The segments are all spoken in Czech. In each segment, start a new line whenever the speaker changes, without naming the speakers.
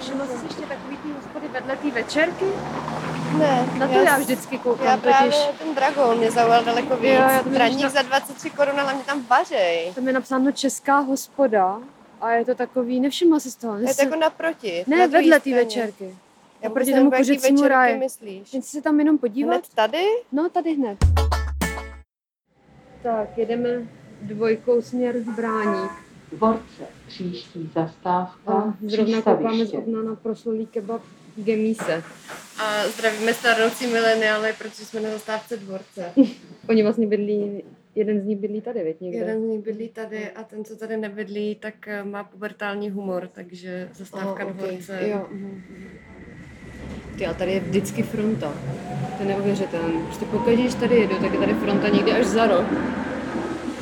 Že nosíš takový ty hospody vedle té večerky?
Ne,
Na to já vždycky koukám,
Já právě
totiž.
ten dragon mě zaujal daleko víc.
Jo, já to vidíš
Draník
na-
za 23 korun, ale mě tam vařej.
Tam je napsáno Česká hospoda a je to takový, nevšimla jsi z toho.
Je to jako naproti.
ne,
na druhý
vedle té
straně.
večerky.
Já
Oproti
vůbec
tomu
nevím, jaký
kuřecímu
večerky
ráji.
myslíš.
Jen si se tam jenom podívat?
Hned tady?
No, tady hned. Tak, jedeme dvojkou směr v Bráník.
Dvorce, příští zastávka,
A zrovna koukáme z
přístaviště.
okna na proslulý kebab v Gemíse.
A zdravíme starnoucí mileniály, protože jsme na zastávce dvorce.
Oni vlastně bydlí, jeden z nich bydlí tady, věď někde.
Jeden z nich bydlí tady a ten, co tady nebydlí, tak eh, má pubertální humor, takže zastávka oh, dvorce.
Jo. mhm, Ty, a tady je vždycky fronta. To je neuvěřitelné. Prostě pokud když tady jedu, tak je tady fronta někdy až za rok.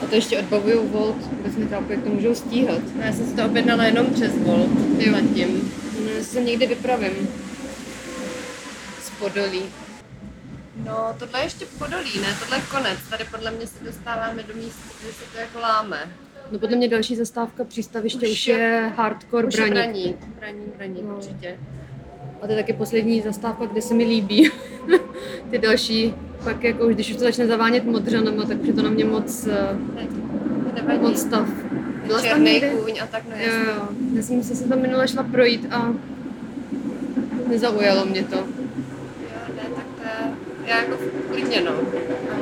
A to ještě odbavují Volt, vůbec nechápu, jak to můžou stíhat.
No, Já jsem si to objednala jenom přes Volt zatím.
No, já se někdy vypravím. Z Podolí.
No, tohle je ještě podolí, ne? Tohle je konec. Tady podle mě se dostáváme do místa, kde se to jako láme.
No podle mě další zastávka přístaviště už,
Už
je,
je-
hardcore
Už je
braník.
braník. Braník, braník,
No.
určitě.
A to je taky poslední zastávka, kde se mi líbí. Ty další, pak jako už když už to začne zavánět modřanama, tak už je to na mě moc, eh,
To nevadí.
moc stav. Byla jsi tam
Černý
někdy?
kůň a tak, no
Jo,
jasně.
jo. Já jsem se se tam minule šla projít a nezaujalo mě to.
Jo, ne, tak to je, já jako klidně no.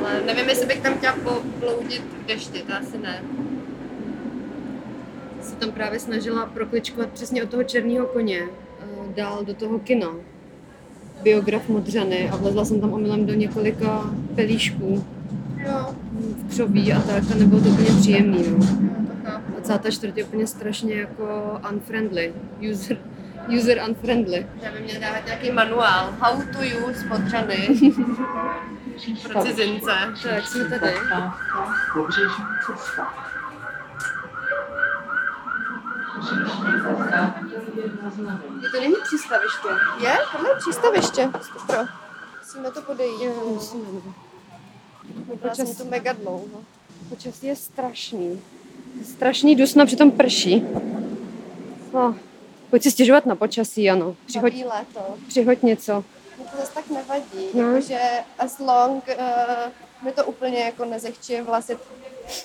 Ale nevím, jestli bych tam chtěla pobloudit v dešti, to asi ne.
Se tam právě snažila prokličkovat přesně od toho černého koně eh, dál do toho kina. Biograf Modřany a vlezla jsem tam omylem do několika pelíšků
Jo,
v křoví a tak a nebylo to úplně příjemný. No.
jo to chápu.
A celá ta čtvrť je úplně strašně jako unfriendly, user, user unfriendly.
Já by měl dávat nějaký manuál. How to use modřany pro
Přístaviště,
cizince.
Tak, jsme
příští
tady.
Zastávka, pobřežní cesta. Příští zastávka je na znamení.
To není přístaviště.
Je? Tohle je přístaviště. Stopro. Musíme to podejít. Byla jsem tu mega dlouho.
Počasí je strašný. Strašný dusna, přitom prší. No, pojď si stěžovat na počasí, ano. Přihoď,
Baví léto.
přihoď něco.
Mě to zase tak nevadí.
No.
No. Jakože as long uh, mi to úplně jako nezechčí vlasit,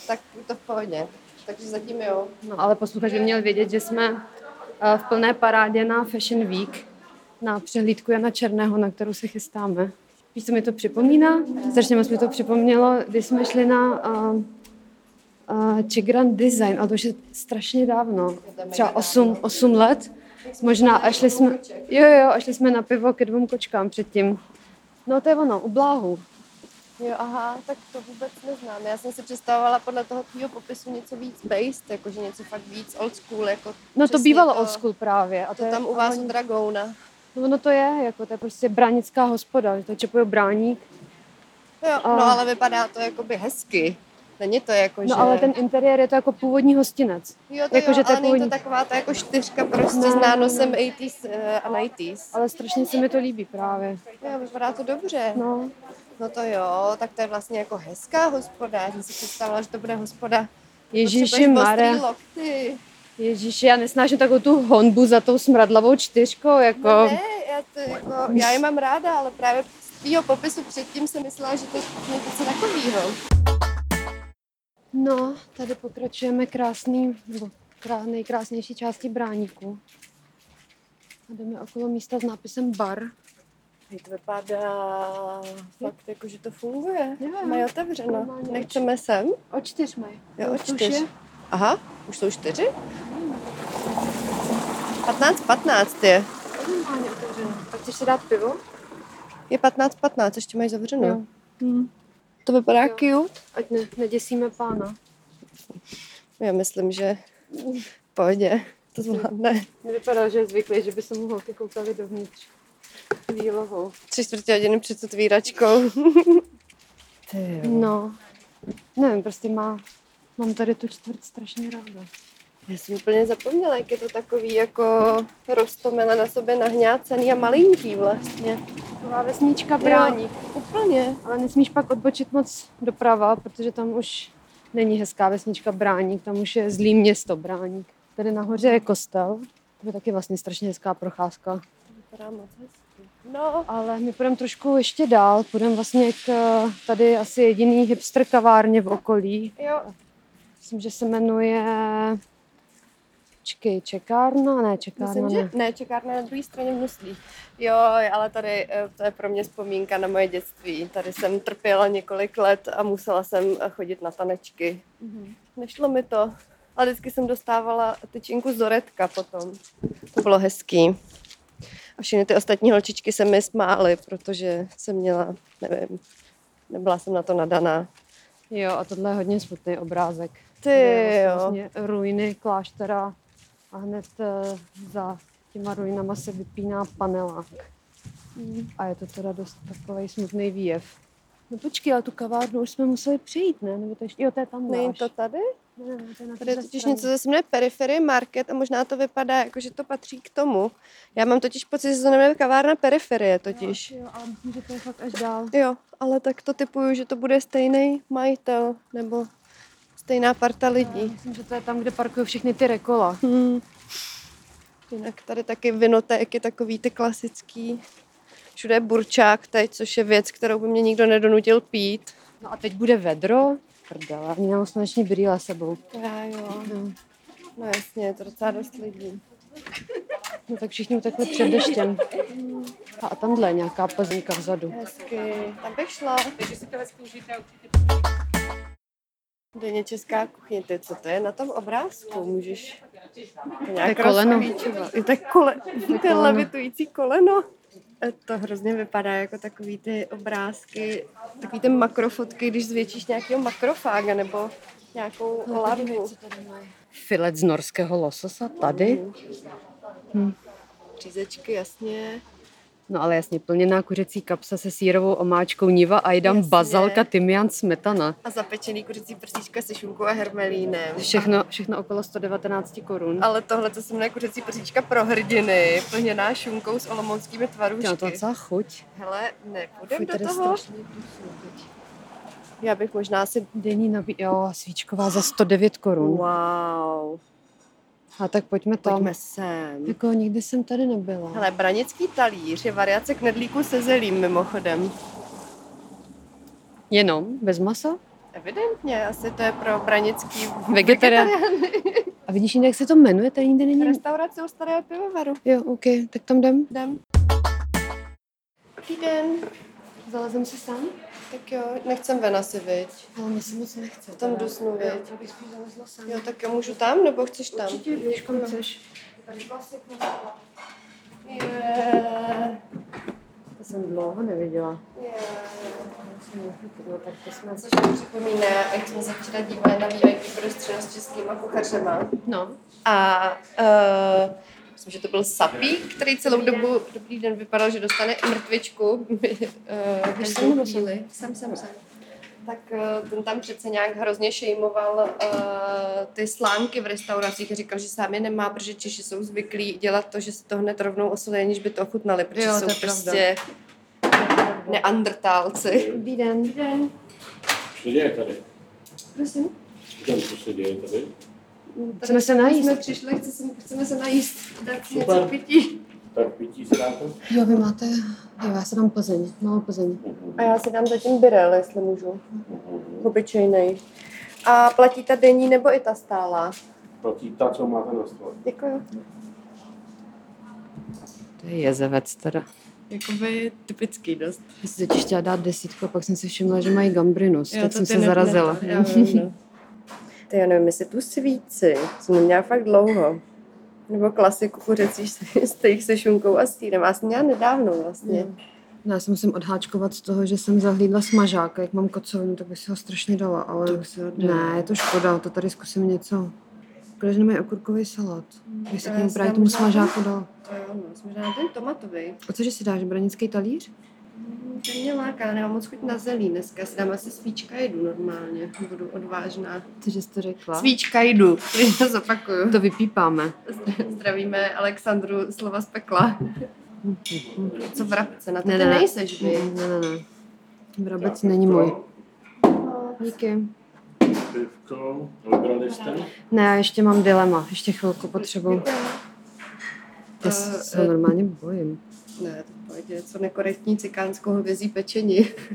tak je to v pohodě. Takže zatím jo.
No, ale posluchač by měl vědět, že jsme eh, v plné parádě na Fashion Week, na přehlídku Jana Černého, na kterou se chystáme. Víš, co mi to připomíná? Strašně moc mi to připomnělo, když jsme šli na uh, uh, Chigran Design, ale to už je strašně dávno, třeba 8, 8 let. Možná, a šli jsme, jo, jo, a šli jsme na pivo ke dvou kočkám předtím. No to je ono, u bláhu.
Jo, aha, tak to vůbec neznám. Já jsem si představovala podle toho tvýho popisu něco víc based, jakože něco fakt víc old school, jako
No to
přesně
bývalo old school právě. A
To tam u vás u Dragouna.
No ono to je, jako to je prostě bránická hospoda, že to čepuje bráník.
Jo,
A-
no ale vypadá to jakoby hezky. Není to jako, že...
No ale ten interiér je to jako původní hostinec.
Jo, to
jako,
jo,
že No. to je
ale není to
původní.
taková ta jako čtyřka prostě
Ne,
s nánosem
ne,
80s eh, a 90s.
Ale strašně se mi to líbí právě.
Jo, vypadá to dobře. No.
No,
to jo, tak to je vlastně jako hezká hospoda. Já jsem si představila, že to jako bude hospoda.
Ježíši
Potřebuješ
Mare,
ostrý Lokty.
Ježíši, já nesnáším takovou tu honbu za tou smradlavou čtyřkou, jako...
No ne, já, to, jako, já je mám ráda, ale právě z tvýho popisu předtím jsem myslela, že to je něco takového.
No, tady pokračujeme krásný, nebo krá, nejkrásnější části bráníku. A jdeme okolo místa s nápisem bar.
To vypadá fakt jako, že to funguje.
Jo, jo.
Mají otevřeno.
Normálně.
Nechceme sem.
O čtyř mají.
Jo,
To už
čtyř.
je.
Aha, už jsou čtyři? 15, 15 je.
Normálně otevřeno. Tak chceš si dát pivo?
Je 15, 15, ještě mají zavřeno.
Jo. Hm.
To vypadá
Jo.
cute.
Ať ne, neděsíme pána.
Já myslím, že v pohodě to zvládne.
Nevypadá, že je zvyklý, že by se mu holky koukaly dovnitř. Výlohou.
Tři čtvrtě hodiny před otvíračkou.
No, nevím, prostě má, mám tady tu čtvrt strašně ráda.
Já jsem úplně zapomněla, jak je to takový jako rostomile na sobě nahňácený a malinký vlastně.
Taková vesnička brání,
Úplně.
ale nesmíš pak odbočit moc doprava, protože tam už není hezká vesnička Bráník, tam už je zlý město Bráník. Tady nahoře je kostel, To by taky vlastně strašně hezká procházka.
Vypadá moc hezky. No,
Ale my půjdeme trošku ještě dál, půjdeme vlastně k eh, tady asi jediný hipster kavárně v okolí.
jo,
Myslím, že se jmenuje... Čekej, čekárna? Ne, čekárna
myslím,
ne.
že ne, čekárna na druhé straně v Nuslích. Jo, ale tady eh, to je pro mě vzpomínka na moje dětství. Tady jsem trpěla několik let a musela jsem eh, chodit na tanečky. Nešlo mi to. Ale vždycky jsem dostávala tyčinku zoretka potom. To bylo hezký. A všechny ty ostatní holčičky se mi smály, protože jsem měla, nevím, nebyla jsem na to nadaná.
Jo, a tohle je hodně smutný obrázek. Kde
Ty
je
jo.
vlastně vlastně ruiny kláštera a hned eh, za těma ruinama se vypíná panelák. A je to teda dost takový smutný výjev. Hmm. No počkej, ale tu kavárnu už jsme museli přejít, ne? Nebo to ještě, jo, to je tam
Není
dáš.
to tady?
Ne, ne, to je na
Tady je
téhle
totiž
straně.
něco, co se jmenuje Periphery Market a možná to vypadá, jako že to patří k tomu. Já mám totiž pocit, že to jmenuje kavárna Periferie totiž.
Jo, jo, ale myslím, že to je fakt až dál.
Jo, ale tak to typuju, že to bude stejný majitel nebo stejná parta
Já
lidí.
myslím, že to je tam, kde parkují všechny ty rekola.
Hmm. Jinak tady taky vinotéky, takový ty klasický. Všude je burčák teď, což je věc, kterou by mě nikdo nedonutil pít.
No a teď bude vedro. Prdele, ani nemám sluneční brýle s sebou.
Já jo,
No.
no jasně, je to docela dost lidí.
no tak všichni utekli před deštěm. A, a tamhle je nějaká plzeňka vzadu.
Hezky, tam bych šla.
Takže si to hezky užijte a určitě
Denně česká kuchyně, ty, co to je na tom obrázku? Můžeš to nějak
To je koleno.
rozklíčovat. Je to kole,
je
to je
koleno.
levitující koleno. E, To hrozně vypadá jako takový ty obrázky, takový ty makrofotky, když zvětšíš nějakého makrofága nebo nějakou larvu.
Filet z norského lososa tady.
Řízečky, jasně.
No ale jasně, plněná kuřecí kapsa se sírovou omáčkou niva a jdám
Jasně.
bazalka, tymián, smetana.
A zapečený kuřecí prstíčka se šunkou a hermelínem.
Všechno, všechno okolo 119 korun.
Ale tohle, co se jmenuje kuřecí prstíčka pro hrdiny, plněná šunkou s olomouckými
Ty,
tvarůšky.
na to docela chuť.
Hele, nepůjdem
Fuj,
do
tady
toho.
strašný dusno teď.
Já bych možná si...
Denní nabí... Jo, svíčková za 109 korun.
Wow.
A tak pojďme tam.
Pojďme sem.
Jako nikdy jsem tady nebyla.
Hele, branický talíř je variace knedlíku se zelím mimochodem.
Jenom? Bez masa?
Evidentně, asi to je pro branický
Vegetarián. A vidíš jinak, jak se to jmenuje? Tady nikde není.
Restaurace u starého pivovaru.
Jo, OK, tak tam jdem.
Jdem. Dobrý den.
Zalezem si sám?
Tak jo, nechcem ven asi, viď?
Ale mě se moc nechce.
V tom dusnu, viď?
Já bych spíš zalezla sám.
Jo, tak jo, můžu tam, nebo chceš tam?
Určitě, víš, kam chceš.
Je.
To jsem dlouho neviděla.
Je.
No, tak to jsme...
Což mi připomíná, jak jsme se včera dívali na VIP pro střelu s českýma kuchařema.
No.
A uh, myslím, že to byl Sapík, který celou dobu, dobrý den, vypadal, že dostane mrtvičku. uh,
Až
Víš,
jsem
jsem chvíli. Jsem, jsem, jsem. Tak eh, ten tam přece nějak hrozně šejmoval eh, ty slánky v restauracích a říkal, že sám je nemá, protože Češi jsou zvyklí dělat to, že si to hned rovnou osolí, aniž by to ochutnali, protože
Jo, to
jsou
je pravda.
prostě neandrtálci.
Dobrý den. Dobrý den.
Co se děje tady?
Prosím.
Říkám, co se děje tady?
Chceme se najíst.
Jsme přišli, chce se, chceme se najíst, dát si něco
Super.
k pití.
Tak pití ztrátu?
Jo, vy máte... Jo, já se dám Plzeň. Malou Plzeň.
A já si dám zatím birel, jestli můžu. Obyčejnej. A platí ta denní nebo i ta stálá?
Platí ta, co máte na stole.
Děkuju.
To je jezevec teda.
Jakoby typický dost.
Já jsem totiž chtěla dát desítku a pak jsem si všimla, že mají gambrinus, tak jsem se zarazila.
no. Ty já nevím, jestli tu svíci jsem neměla fakt dlouho. Nebo klasiku kuřecí steak se šunkou a sýrem. Já jsem měla nedávno vlastně.
Jo. No, já se musím odháčkovat z toho, že jsem zahlídla smažák a jak mám kocovinu, tak bych si ho strašně dala, ale ne, je to škoda, to tady zkusím něco. Škoda, že nemají okurkový salát. Bych se
to
k
já
němu
si
právě
dám
tomu
možná-
smažáku dala.
To jo, no, jsme na ten tomatový.
A cože si dáš, branický talíř?
Mm, Ten mě láká, nemám moc chuť na zelí. Dneska si dám asi svíčka jedu normálně, budu odvážná.
Cože jsi to řekla? Hm.
Svíčka jdu, to zopakuju.
To vypípáme.
Zdravíme Alexandru slova z pekla. Co v rabce, na to
Ne,
ne, ty
ne.
nejseš
Ne,
vy.
ne, ne. Vrabec
Tak,
není
to,
můj. Díky.
Pivko, obrali jste?
Ne, já ještě mám dilema, ještě chvilku potřebuju. Já se normálně bojím.
Ne, to v pohodě, co nekorektní cikánskou hovězí pečení.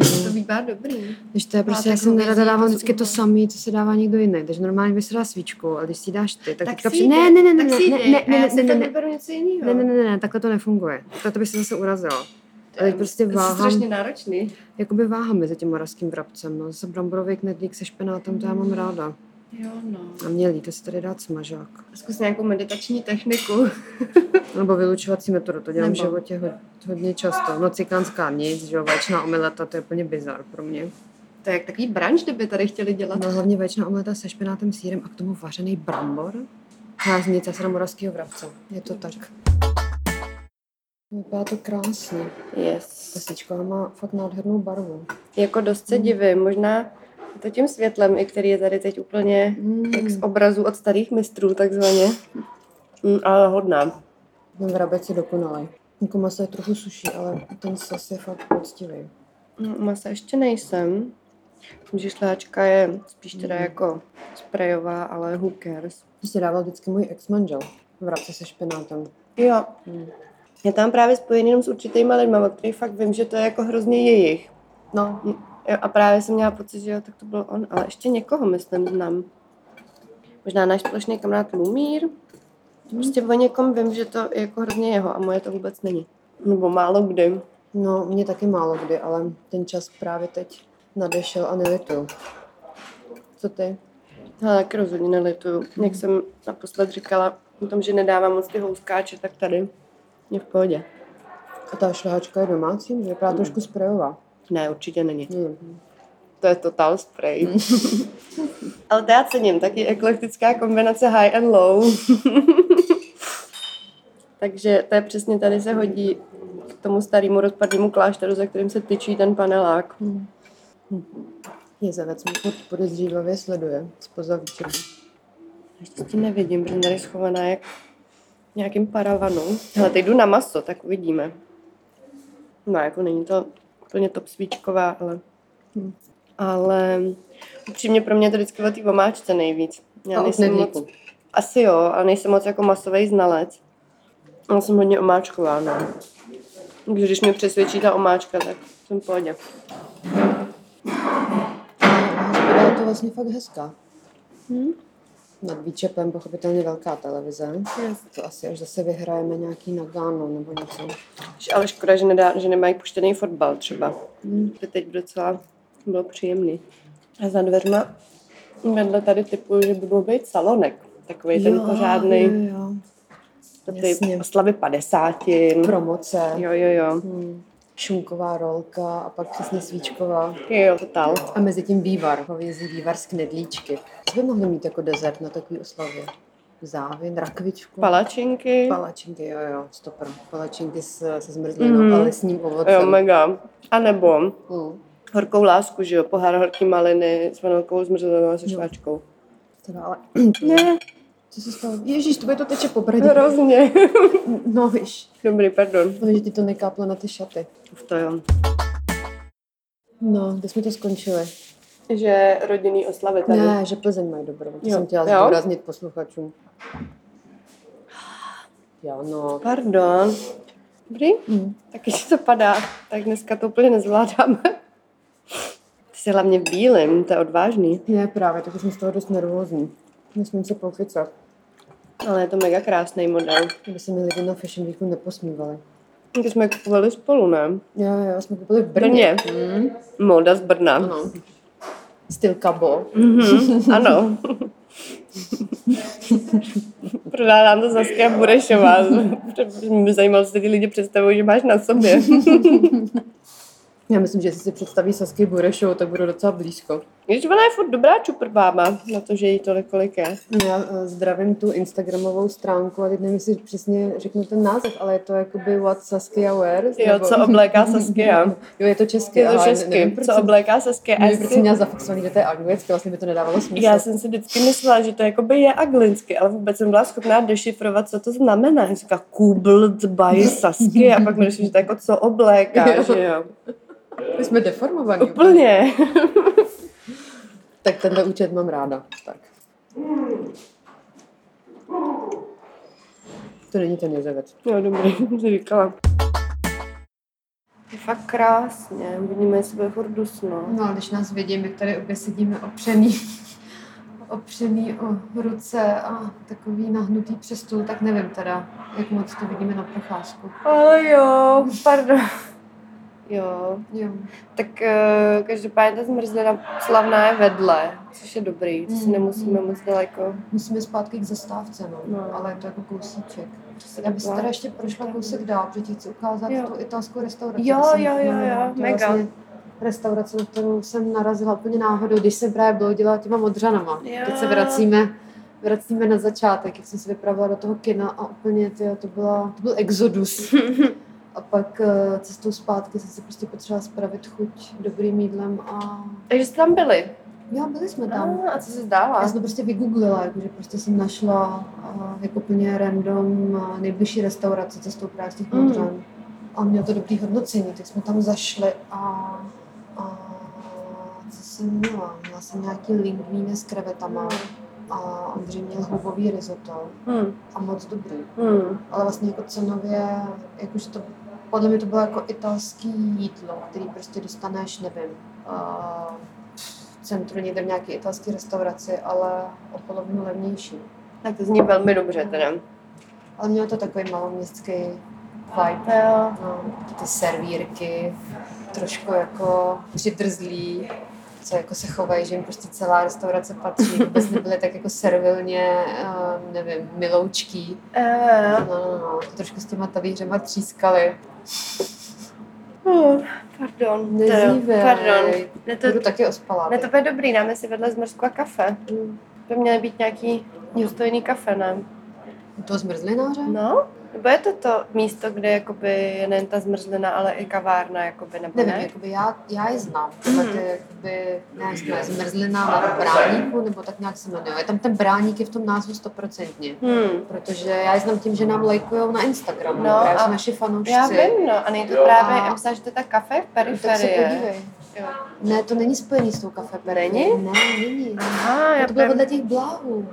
eh,
to
Mm.
bývá dobrý.
Když to je prostě,
tak
já jsem nerada
hovězí,
dávám
to jsou
vždycky to
úplně-
samé, co se dává někdo jiný. Takže normálně by se dá svíčku, ale když si ji dáš ty, tak,
Tak
teďka
si
při...
jdi,
ne, ne, ne, ne,
tak
ne,
si jdi,
ne,
a já
ne,
si
ne, ne,
tam
ne,
vyberu něco jiného.
ne, ne, ne, ne, takhle to nefunguje. To, to by se zase urazilo. Ale teď prostě
To je
váhám.
strašně náročný.
Jakoby váhám mezi tím moravským vrabcem, no. Jsem bramborový knedlík se špenátem, to já
Mm.
mám ráda.
Jo, no.
A mělí, to si tady dát smažák.
Zkus nějakou meditační techniku.
Nebo vylučovací metodu, to dělám v
Nebo.
životě ho, hodně často. No cikánská nic, že jo, vaječná omeleta, to je úplně bizar pro mě.
To je jak takový branč, kdyby tady chtěli dělat.
No hlavně vaječná omeleta se špenátem sírem a k tomu vařený brambor. Já z nic, já jsem moravského vrabce. Je to tak. Vypadá to krásně.
Yes.
Kosnička má fakt nádhernou barvu.
Jako dost se divím, možná to tím světlem, i který je tady teď úplně
Mm.
jak z obrazů od starých mistrů takzvaně. Mm, ale hodná.
Ten vrabec je dokonalý. Jako maso je trochu suší, ale ten sos je fakt poctivý.
No, u masa ještě nejsem. Myslím, že šláčka je spíš teda
Mm.
jako sprejová, ale who cares.
To si dával vždycky můj ex-manžel. Vrabce se špenátem.
Jo.
Mm.
Je tam právě spojený jenom s určitýma lidma, o kterých fakt vím, že to je jako hrozně jejich.
No,
Jo, a právě jsem měla pocit, že jo, tak to byl on, ale ještě někoho, myslím, znám. Možná náš společný kamarád Lumír. Prostě o někom vím, že to je jako hrozně jeho a moje to vůbec není. Nebo málo kdy.
no, mě taky málo kdy, ale ten čas právě teď nadešel a nelituju. Co ty?
Ale taky No, rozhodně nelituju. Jak jsem naposled říkala o tom, že nedávám moc ty houskáče, tak tady je v pohodě.
A ta šlehačka je domácí, že vypadá
Mm.
trošku sprejová.
Ne, určitě není.
Mm.
To je total spray. Ale to já cením, taky eklektická kombinace high and low. Takže to je přesně tady se hodí k tomu starému rozpadlému klášteru, za kterým se tyčí ten panelák.
Jezevec Hmm. mě furt podezřívavě sleduje spoza výčeru.
Ještě nevidím, protože jsem tady schovaná jak v nějakým paravanu. Ale teď jdu na maso, tak uvidíme. No, jako není to úplně top svíčková, ale...
Hmm.
Ale upřímně pro mě je to vždycky o té omáčce nejvíc. Já
A od
nejsem moc,
knedlíku.
Asi jo, ale nejsem moc jako masový znalec. Já jsem hodně omáčková, no. Takže když mě přesvědčí ta omáčka, tak jsem v pohodě.
A hospoda je to vlastně fakt hezká.
Hmm?
Nad výčepem pochopitelně velká televize.
Yes.
To asi až zase vyhrajeme nějaký Nagano nebo něco.
Ale škoda, že, nedá, že nemají puštěný fotbal třeba.
Mm.
To teď docela bylo příjemný. A za dveřma vedle tady typu, že by mohl být salonek. Takový ten pořádný,
Jo, jo.
ty
jasně.
oslavy 50.
Promoce.
Jo, jo, jo.
Hmm. Šunková rolka a pak přesně svíčková.
Jo, total.
A mezi tím vývar, hovězí vývar z knedlíčky. Co by mohli mít jako dezert na takový oslavě? Závin, rakvičku.
Palačinky.
Palačinky, jo, jo, stopr. Palačinky s, se zmrzlinou,
Mhm.
mm. ale s ním ovocem.
Jo, mega. A nebo
Mm.
horkou lásku, že jo, pohár horký maliny s vanilkovou zmrzlinou a se
Jo.
šváčkou.
Teda, no, ale...
Ne,
Co se stalo? Ježíš, to bude to teče po bradě.
hrozně.
No, víš.
Dobrý, pardon.
Ono, že ti to nekáplo na ty šaty.
Uf, to jo.
No, kde jsme to skončili?
Že rodinný oslavy tady.
Ne, že Plzeň mají dobrou. To
Jo.
jsem chtěla
Jo?
zdůraznit posluchačům. Já no.
Pardon. Dobrý?
Mm.
Taky ti to padá, tak dneska to úplně nezvládáme. Ty jsi hlavně v bílém, to je odvážný.
Je právě, takže jsem z toho dost nervózní. Nesmím se pokycat,
Ale je to mega krásný model.
aby se mi lidi na Fashion Weeku neposmívali.
Když jsme kupovali spolu, ne?
Jo, jo, jsme koupili v
Brně.
Brně. Mm.
Moda z Brna.
Ano. Styl kabo.
Mhm, ano. Prodá nám to Saskia Burešová. Mě zajímalo, co si ty lidi představují, že máš na sobě.
Já myslím, že jestli si představí Sasky Burešovou, tak budu docela blízko.
Když ona je furt dobrá čuprbába, na to, že jí tolik kolik je.
Já eh, zdravím tu Instagramovou stránku a teď nevím, jestli přesně řeknu ten název, ale je to jakoby What Saskia Wears?
Jo,
nebo-
co obléká Saskia.
Jo, je to česky.
Je to
ale
česky.
proč
Co
jsem-
obléká Saskia.
Nevím,
Já
proč
si-
jsem měla zafixovaný, že to je anglicky, vlastně by to nedávalo smysl.
Já jsem si vždycky myslela, že to jakoby je aglinsky, ale vůbec jsem byla schopná dešifrovat, co to znamená. Já říká kublt by sasky a pak mi došlo, že to je jako co obléká,
Jo.
že jo.
My jsme deformovaní.
Úplně.
Tak tenhle účet mám ráda. Tak.
To není ten jezevec. Jo, No, dobrý, jsem si říkala. Je fakt krásně, vidíme sebe furt dusno.
No, když nás vidím, jak tady obě sedíme opřený, opřený o ruce a takový nahnutý přes stůl, tak nevím teda, jak moc to vidíme na procházku.
Ale jo, pardon. Jo,
Jo.
tak eh, každopádně ta zmrzlina slavná je vedle, což je dobrý, to si
Mm.
nemusíme moc daleko.
Musíme zpátky k zastávce, no,
No.
ale je to jako kousíček.
To se
Já bych si
takhle-
teda ještě prošla kousek dál, protože ti chci ukázat
Jo.
tu italskou restauraci.
Jo,
kde jsem-
jo, jo,
no, no,
jo,
to je
mega.
Vlastně restaurace, na kterou jsem narazila úplně náhodou, když jsem právě bloudila těma modřanama.
Jo.
Teď se vracíme, vracíme na začátek, jak jsem se vypravila do toho kina a úplně tyjo, to, byla, to byl exodus. a pak eh, cestou zpátky jsem si prostě potřebovala spravit chuť dobrým jídlem a
Takže jste tam byli.
jo, byli jsme tam.
A, a co se zdála?
Já jsem to prostě vygooglila, jakože prostě jsem našla a, jako úplně random a, nejbližší restauraci cestou právě z těch
Mm.
Modřan. A mělo to dobrý hodnocení, tak jsme tam zašli a, a co jsem měla? Měla jsem nějaký lingvíny s krevetama a Ondřej měl houbový risotto
Hmm.
a moc dobrý.
Hmm.
Ale vlastně jako cenově, jakože to, podle mě to bylo jako italský jídlo, který prostě dostaneš, nevím, a v centru někde v nějaké italské restauraci, ale o polovinu levnější.
Tak to zní velmi dobře teda.
Ale mělo to takový maloměstský vibe.
Jo.
No, taky ty servírky, trošku jako přidrzlí, co jako se chovají, že jim prostě celá restaurace patří. Vůbec nebyly tak jako servilně, eh, nevím, miloučký.
Eh,
No, no, no, to trošku s těma talířema třískali.
Oh,
Uh,
pardon,
Nezívej.
teda, pardon. Ne to,
Budu taky ospalá.
ne
teď.
to bude dobrý, dáme si vedle zmrzku a kafe.
Mm.
To měly být nějaký důstojný kafe, ne?
U toho zmrzlináře?
No, nebo je to to místo, kde jakoby je nejen ta zmrzlina, ale i kavárna, jakoby, nebo
Nevím,
ne? Mhm.
jakoby já, já je znám. Tyhle ty, jakoby, ne, jestli to je zmrzlina, ale bráníku, nebo tak nějak se jmenuje. Je tam ten bráník je v tom názvu stoprocentně.
Hmm.
Protože já je znám tím, že nám lajkujou na Instagramu,
No
no, právě
a-
jsou naši fanoušci.
Já vím, no, a není to
Jo.
právě,
A-
já myslela, že to je ta kafe v
No, tak se
periferii.
podívej.
Jo.
Ne, to není spojený s tou kafe.
Není?
Ne, není.
Aha,
No,
já
to bylo
právě...
vedle těch bláhů.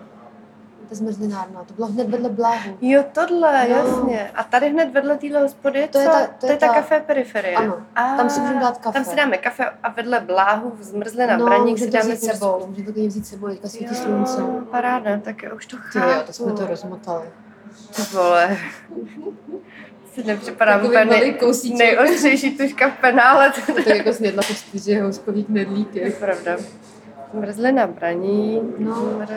Ta zmrzlinárna, to bylo hned vedle bláhů.
Jo, tohle,
No.
jasně. A tady hned vedle téhle hospody je
To je
co?
ta- to je ta-
kafe periferie.
Ano,
A,
tam si můžeme dát kafe.
Tam si dáme kafe a vedle bláhu zmrzlina
no,
no, braník
můžeme
si
to
dáme
vzít
s sebou.
Můžeme to klidně vzít s sebou, teďka svítí
Jo,
slunce.
Paráda, tak já už to
Ty
chápu.
jo, to jsme to rozmotali.
Ty vole. Si nepřipadá
Takový
úplně
malý
nej,
kousíček.
nejostřejší tuška v penále. To
Tak jako snědla po čtyři houskový
je
knedlíky.
pravda. Zmrzlina braní.
No.
Zmrz...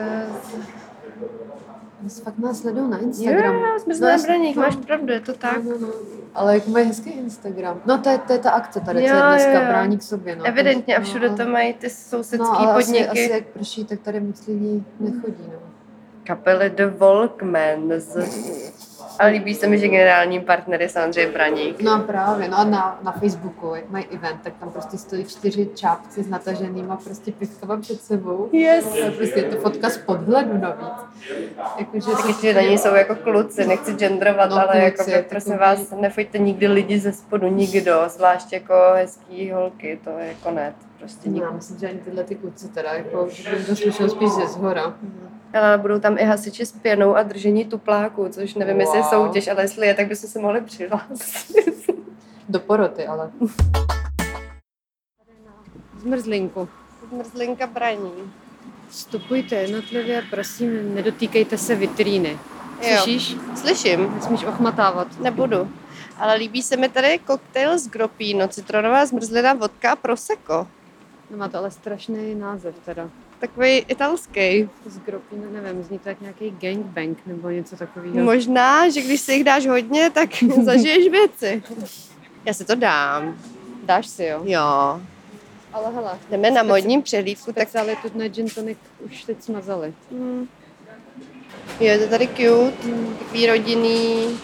Oni se fakt nás sledují na
Jo,
Instagramu.
jo, zmrzlina
No,
braník,
no.
máš pravdu, je to tak.
No, no, no. Ale jak mají hezký Instagram. No to je, to je ta akce tady, co
Jo,
je
jo,
dneska
jo.
brání k sobě. No.
Evidentně a
No,
všude
ale-
to mají ty sousedský
no, ale
podniky.
Asi, asi jak prší, tak tady moc lidí nechodí. No.
kapely The Walkman. Z... Ale líbí se mi, že generálním partner je samozřejmě Braník.
no právě, no a na, na Facebooku, jak mají event, tak tam prostě stojí čtyři čápci s nataženýma prostě pivkama před sebou.
Yes.
A prostě je to fotka z podhledu navíc. Jakože
Tak ještě na ní jsou jako kluci, nechci genderovat,
No,
ale
kluci,
jako by,
takový-
prosím vás, nefoďte nikdy lidi ze spodu, nikdo, zvlášť jako hezký holky, to je konec, prostě
Já
nikdo.
myslím, že ani tyhle ty kluci teda, jako, že jsem to slyšel spíš ze zhora.
Ale budou tam i hasiči s pěnou a držení tupláků, což nevím, jestli je
Wow.
soutěž, ale jestli je, tak bychom se mohli přihlásit.
Do poroty, ale.
Zmrzlinku.
Zmrzlinka braní.
Vstupujte jednotlivě, prosím, nedotýkejte se vitríny.
Jo.
Slyšíš?
Slyším.
Nesmíš ochmatávat.
Nebudu. Ale líbí se mi tady koktejl z gropíno, citronová zmrzlina, vodka a prosecco.
No má to ale strašný název teda.
Takový italský.
Z gropína, nevím, zní to jak nějaký gangbang nebo něco takového.
Možná, že když si jich dáš hodně, tak zažiješ věci. Já si to dám.
Dáš si, jo?
Jo.
Ale hele,
Jdeme na modní přehlídku, tak...
specialitu dne gin tonic už teď smazali.
Hmm. Jo, je to tady cute, takový rodinný,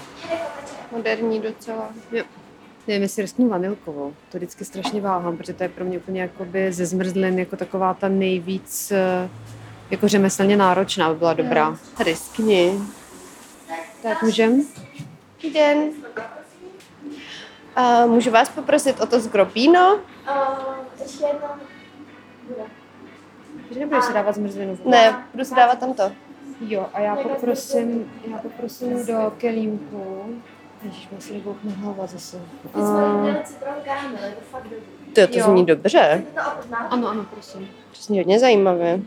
moderní docela.
Nevím, jestli risknu vanilkovou. To vždycky strašně váhám, protože to je pro mě úplně jakoby ze zmrzlin jako taková ta nejvíc eh, jako řemeslně náročná by byla dobrá.
Riskni.
Tak můžem?
Dobrý den. A můžu vás poprosit o to z gropíno?
Eh, Ještě jednou.
Že nebudeš si dávat zmrzlinu?
Ne, budu si dávat tamto.
Jo, a já poprosím, já poprosím do kelímku. Ježíš, mě se vybouchne hlava zase. Uh,
To, to
Jo.
zní dobře.
ano, ano, prosím.
To zní hodně zajímavě.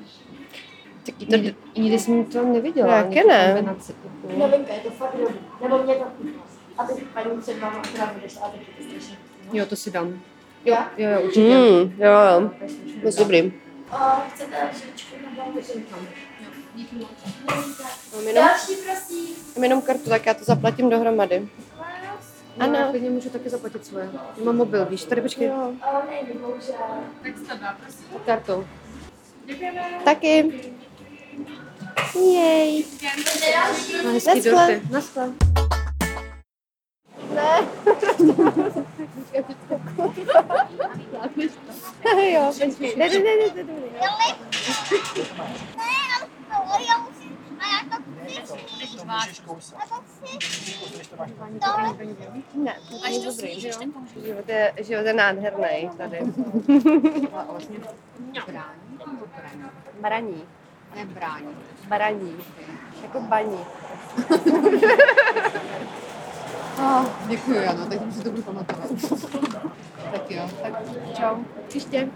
Taky to
Nikdy, nikdy jsem to neviděla.
Taky
ani tu
ne. No.
kombinaci typu.
Nevím, je to fakt dobrý. Nebo mě to chutná. A teď paní před váma, která budeš, a teď je to strašně chutná.
Jo, to si dám.
Jo.
Jo, jo, určitě.
Hmm, jo, jo.
To je strašně
Moc
dobrá.
dobrý.
A Eh, chcete žičku nebo žilkami? Díky moc.
Mám jenom,
Další, prosím.
mám jenom kartu, tak já to zaplatím dohromady.
No,
Ano.
ano. klidně můžu taky zaplatit svoje. Já Mám mobil, víš, tady počkej.
Jo.
O, nejde, bohužel.
Kartou.
Taky. Jej.
Na hezký
Naschle.
dorty. Naschle.
jo, počkej. Ne, ne, ne, ne, ne, ne. Ne, to je dobrý. Život je, život je nádherný tady. Braní.
Nebrání.
Baraní. Jako baní.
Ah, děkuji, ano, tak si to budu pamatovat. tak jo, tak čau. Příště.